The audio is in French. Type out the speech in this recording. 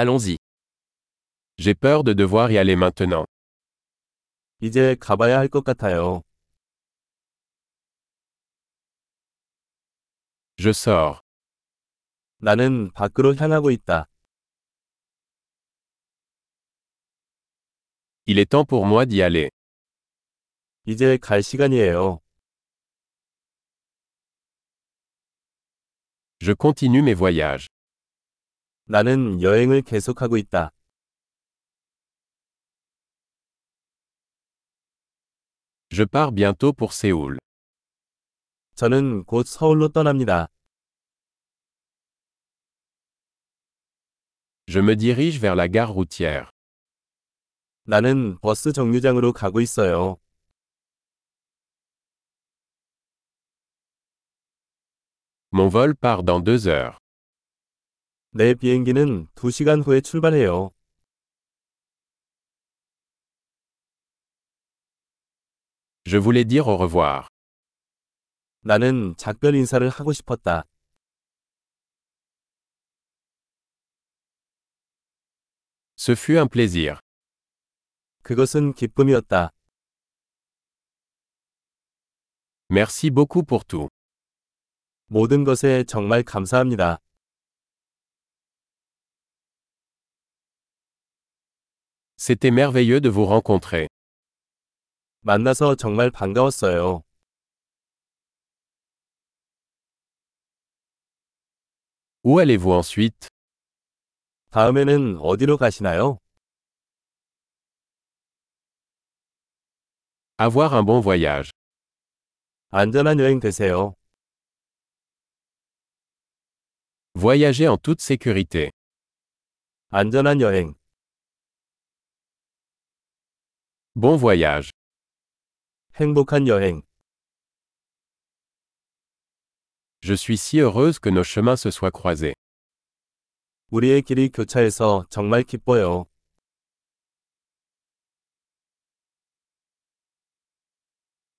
Allons-y. J'ai peur de devoir y aller maintenant. 이제 가봐야 할 것 같아요. Je sors. 나는 밖으로 향하고 있다. Il est temps pour moi d'y aller. 이제 갈 시간이에요. Je continue mes voyages. 나는 여행을 계속하고 있다. Je pars bientôt pour Séoul. 저는 곧 서울로 떠납니다. Je me dirige vers la gare routière. 나는 버스 정류장으로 가고 있어요. Mon vol part dans deux heures. 내 비행기는 2시간 후에 출발해요. Je voulais dire au revoir. 나는 작별 인사를 하고 싶었다. Ce fut un plaisir. 그것은 기쁨이었다. Merci beaucoup pour tout. 모든 것에 정말 감사합니다. C'était merveilleux de vous rencontrer. 만나서 정말 반가웠어요. Où allez-vous ensuite 다음에는 어디로 가시나요? Avoir un bon voyage. 안전한 여행 되세요. Voyager en toute sécurité. 안전한 여행. Bon voyage. 행복한 여행. Je suis si heureuse que nos chemins se soient croisés. 우리의 길이 교차해서 정말 기뻐요.